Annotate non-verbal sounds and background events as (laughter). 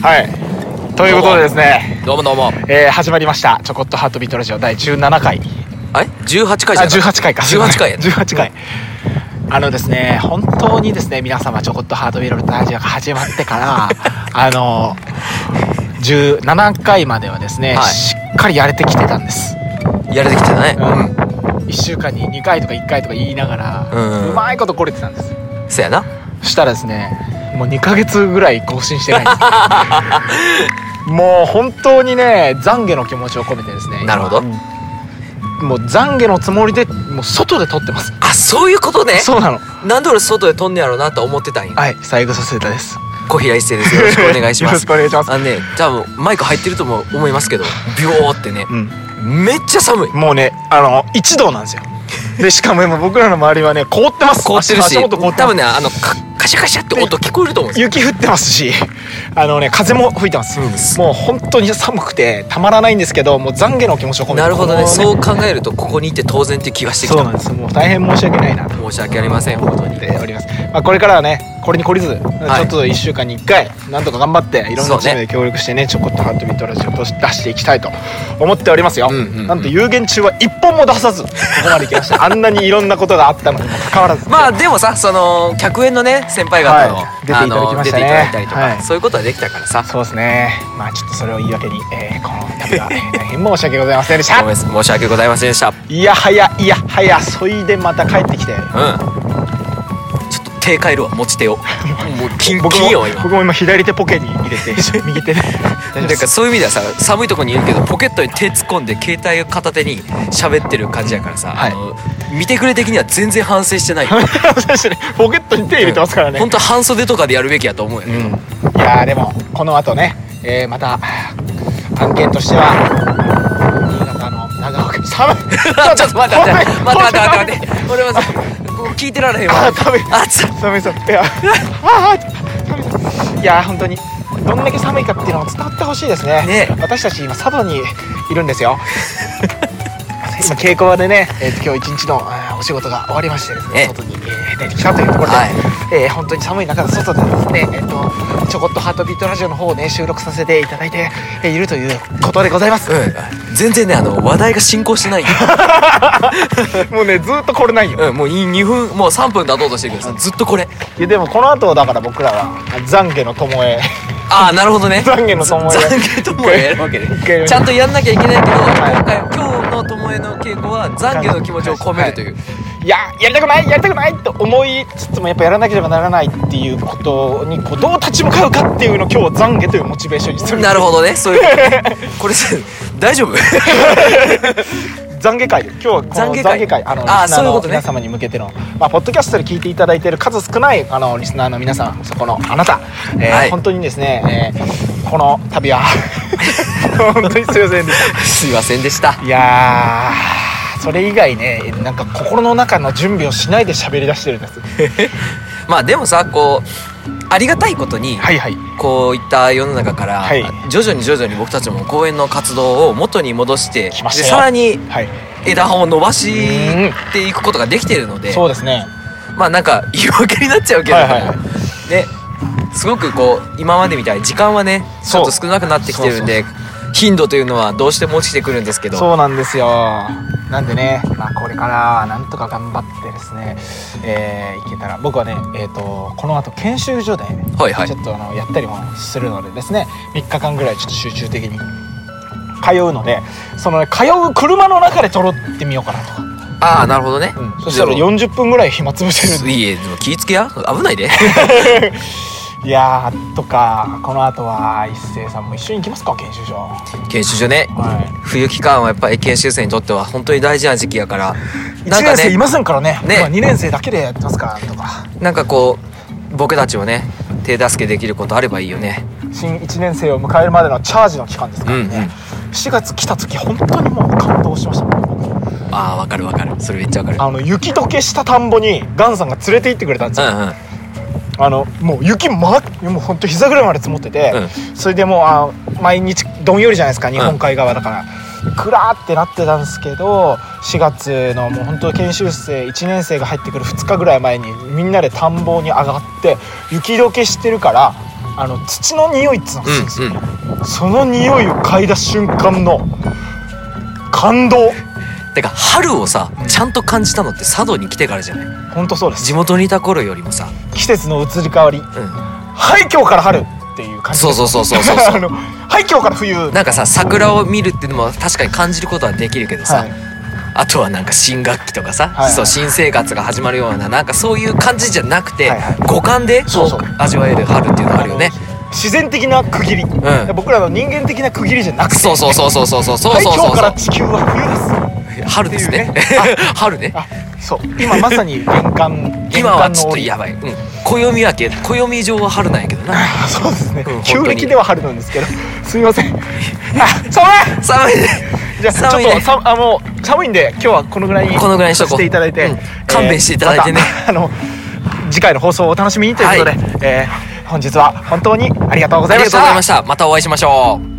はい。ということでですね、どうもどうも。えー始まりました。ちょこっとハートビートラジオ第17回。あれ ?18 回じあ、ゃない18回か。 18回 (laughs) やね。 18回。あのですね、本当にですね、皆様、ちょこっとハートビートラジオが始まって (laughs) から、あの、17回まではですね、はいしっかりやれてきてたんです。やれてきてたね。うん。1週間に2回とか1回とか言いながら、うんうまいことこれてたんです。うん。そやな。そしたらですねもう2ヶ月ぐらい更新してないんです (laughs) けどもう本当にね懺悔の気持ちを込めてですね今なるほどもう懺悔のつもりでもう外で撮ってますあ、そういうことね。そうなのなんで俺外で飛んねやろうなと思ってたんや。はい三枝聖太です小平一成です。よろしくお願いし (laughs) まよろしすく。お願いしますあのね、多分マイク入ってるとも思いますけど、ビョーってね、うんめっちゃ寒い。もうねあの一同なんですよでしかも今僕らの周りはね凍ってます凍ってる足し、足多元凍ってます分ね、あの、カカシャカシャって音聞こえると思うんですよ。雪降ってますしあのね風も吹いてます、もう本当に寒くてたまらないんですけどもう懺悔の気持ちを込めてなるほどね。このそう考えると、ここにいて当然って気がしてきそうなたん。ですもう大変申し訳ないなと申し訳ありません、本当に。っております、まあ、これからはねこれに懲りず、いちょっと1週間に1回なんとか頑張っていろんそうなねチームで協力してねちょこっとハートビートラジオとして出していきたいと思っておりますよ、うんうんうんなんと有言中は1本も出さずここまで来ました (laughs) あんなにいろんなことがあったのにもかかわらずまあでもさその客演のね先輩方の、はい出ていただきましたねあの出ていただいたりとか、はいそういうことはできたからさそうですねまあちょっとそれを言い訳に、えーこの度はえー大変申し訳ございませんでしごめんたなさい申し訳ございませんでしたうんいやはやいやはやそいでまた帰ってきてちょっと手変えるわ持ち手をもうキン僕キンもよ今僕も今左手ポケに入れ (laughs) て右手で (laughs) 大丈夫なでんかすそういう意味ではさ寒いとこにいるけどポケットに手突っ込んで携帯を片手に喋ってる感じやからさ、はいあの見てくれ的には全然反省してない (laughs) ポケットに手入れてますからね、本当は半袖とかでやるべきやと思うよね、いやーでもこの後ね、えーまた案件としては新潟の長岡寒 (laughs) いちょっと待って待ってごめん待って待って待って待って俺はさもう聞いてられへんわあダメあつ寒い寒いいや (laughs) あー寒いいやー本当にどんだけ寒いかっていうのを伝わってほしいですねね私たち今佐渡にいるんです (laughs) よ今稽古場でね、えーと今日一日のあーお仕事が終わりましてですねね外に、えー出てきたというところで、はいえー本当に寒い中外でですね、えー、とちょこっとハートビートラジオの方をね収録させていただいてえーいるということでござい (laughs) ます、うん、全然ねあの話題が進行 (laughs) してないよ、もうねずーっとこれないよ、うん、もうい2分もう3分経とうとしてるけどさずっとこれいやでもこの後だから僕らは懺悔の巴へああなるほどね懺悔の巴懺へ悔ともやるわけね一回やりましょうちゃんとやんなきゃいけないけど、い今回今日のともえの稽古は懺悔の気持ちを込めるという、いややりたくないやりたくないと思いつつもやっぱやらなければならないっていうことにこうどう立ち向かうかっていうのを今日は懺悔というモチベーションにする (laughs) なるほどねそういう (laughs) ことこれさ大丈夫 (laughs) 懺悔会で今日はこの懺悔懺悔会会あのリあースナーそういうのことね皆様に向けての、まあ、ポッドキャストで聞いていただいている数少ないあのリスナーの皆さんそこのあなた、えーはい本当にですね、えーこの旅は (laughs) 本当にすいませんでしすいませんでしたたいやーそれ以外ねなんか心の中の準備をしないで喋り出してるんですまあでもさこうありがたいことに、はいはいこういった世の中から、はい徐々に徐々に僕たちも公演の活動を元に戻して来ましたでよさらにはい枝葉を伸ばしていくことができているのでそうですねまあなんか言い訳になっちゃうけれども、はいはいはねすごくこう今までみたいに時間はねちそょうっと少なくなってきてるんで頻度というのはどうしても落ちてくるんですけどそうなんですよなんでね、まあ、これからはなんとか頑張ってですね、えーいけたら僕はね、えー、とこの後研修所で、はいはいちょっとあのやったりもするのでですね3日間ぐらいちょっと集中的に通うのでその、ね、通う車の中で撮ろうってみようかなとか、ああなるほどね、うんそしたらでも40分ぐらい暇つぶしてるんでいいえでも気ぃつけや危ない (laughs) でいやーとかこの後は一星さんも一緒に行きますか研修所は研修所ねい冬期間はやっぱり研修生にとっては本当に大事な時期やからな1んか年生いねませんからねね2年生だけでやってますからとかなんかこう僕たちもね手助けできることあればいいよね新1年生を迎えるまでのチャージの期間ですからね、うんうん4月来た時本当にもう感動しましたああわかるわかるそれめっちゃわかるあの雪解けした田んぼにガンさんが連れて行ってくれたんですよ、うんうんあのもう雪まもう本当膝ぐらいまで積もってて、うそれでもうあ毎日どんよりじゃないですか日本海側だから、くらーってなってたんですけど4月のもう本当研修生1年生が入ってくる2日ぐらい前にみんなで田んぼに上がって雪解けしてるからあの土の匂いっつうのがするんですよ、うんその匂いを嗅いだ瞬間の感動てか春をさうんちゃんと感じたのって佐渡に来てからじゃない本当そうです地元にいた頃よりもさ、季節の移り変わりうはい今日から春っていう感じそうそうそうそう (laughs) そうあのはい今日から冬ん、なんかさ桜を見るっていうのも確かに感じることはできるけどさ、はいあとはなんか新学期とかさ、はいはいそう新生活が始まるようななんかそういう感じじゃなくて、はいはい五感でそうそう味わえる春っていうのがあるよね自然的な区切り、ん僕らの人間的な区切りじゃなくてそうそうそうそうそうそうそうそうはい今そ日うから地球は冬です春ですねって春ねあそう今まさに玄関玄 (laughs) 今は関ちょのっと折りやばい、うん、暦明け暦上は春なんやけどなあそうですね、うん旧本当に暦では春なんですけどすみませんあ寒い寒いねじゃあちょっ寒いねとさあもう寒いんで今日はこのぐらいにこのぐらいにしとこうていただいて、うん勘弁していただいてねえーまたあの次回の放送をお楽しみにということで、はいえー本日は本当にありがとうござあいまりがしとうございたましたまたお会いしましょう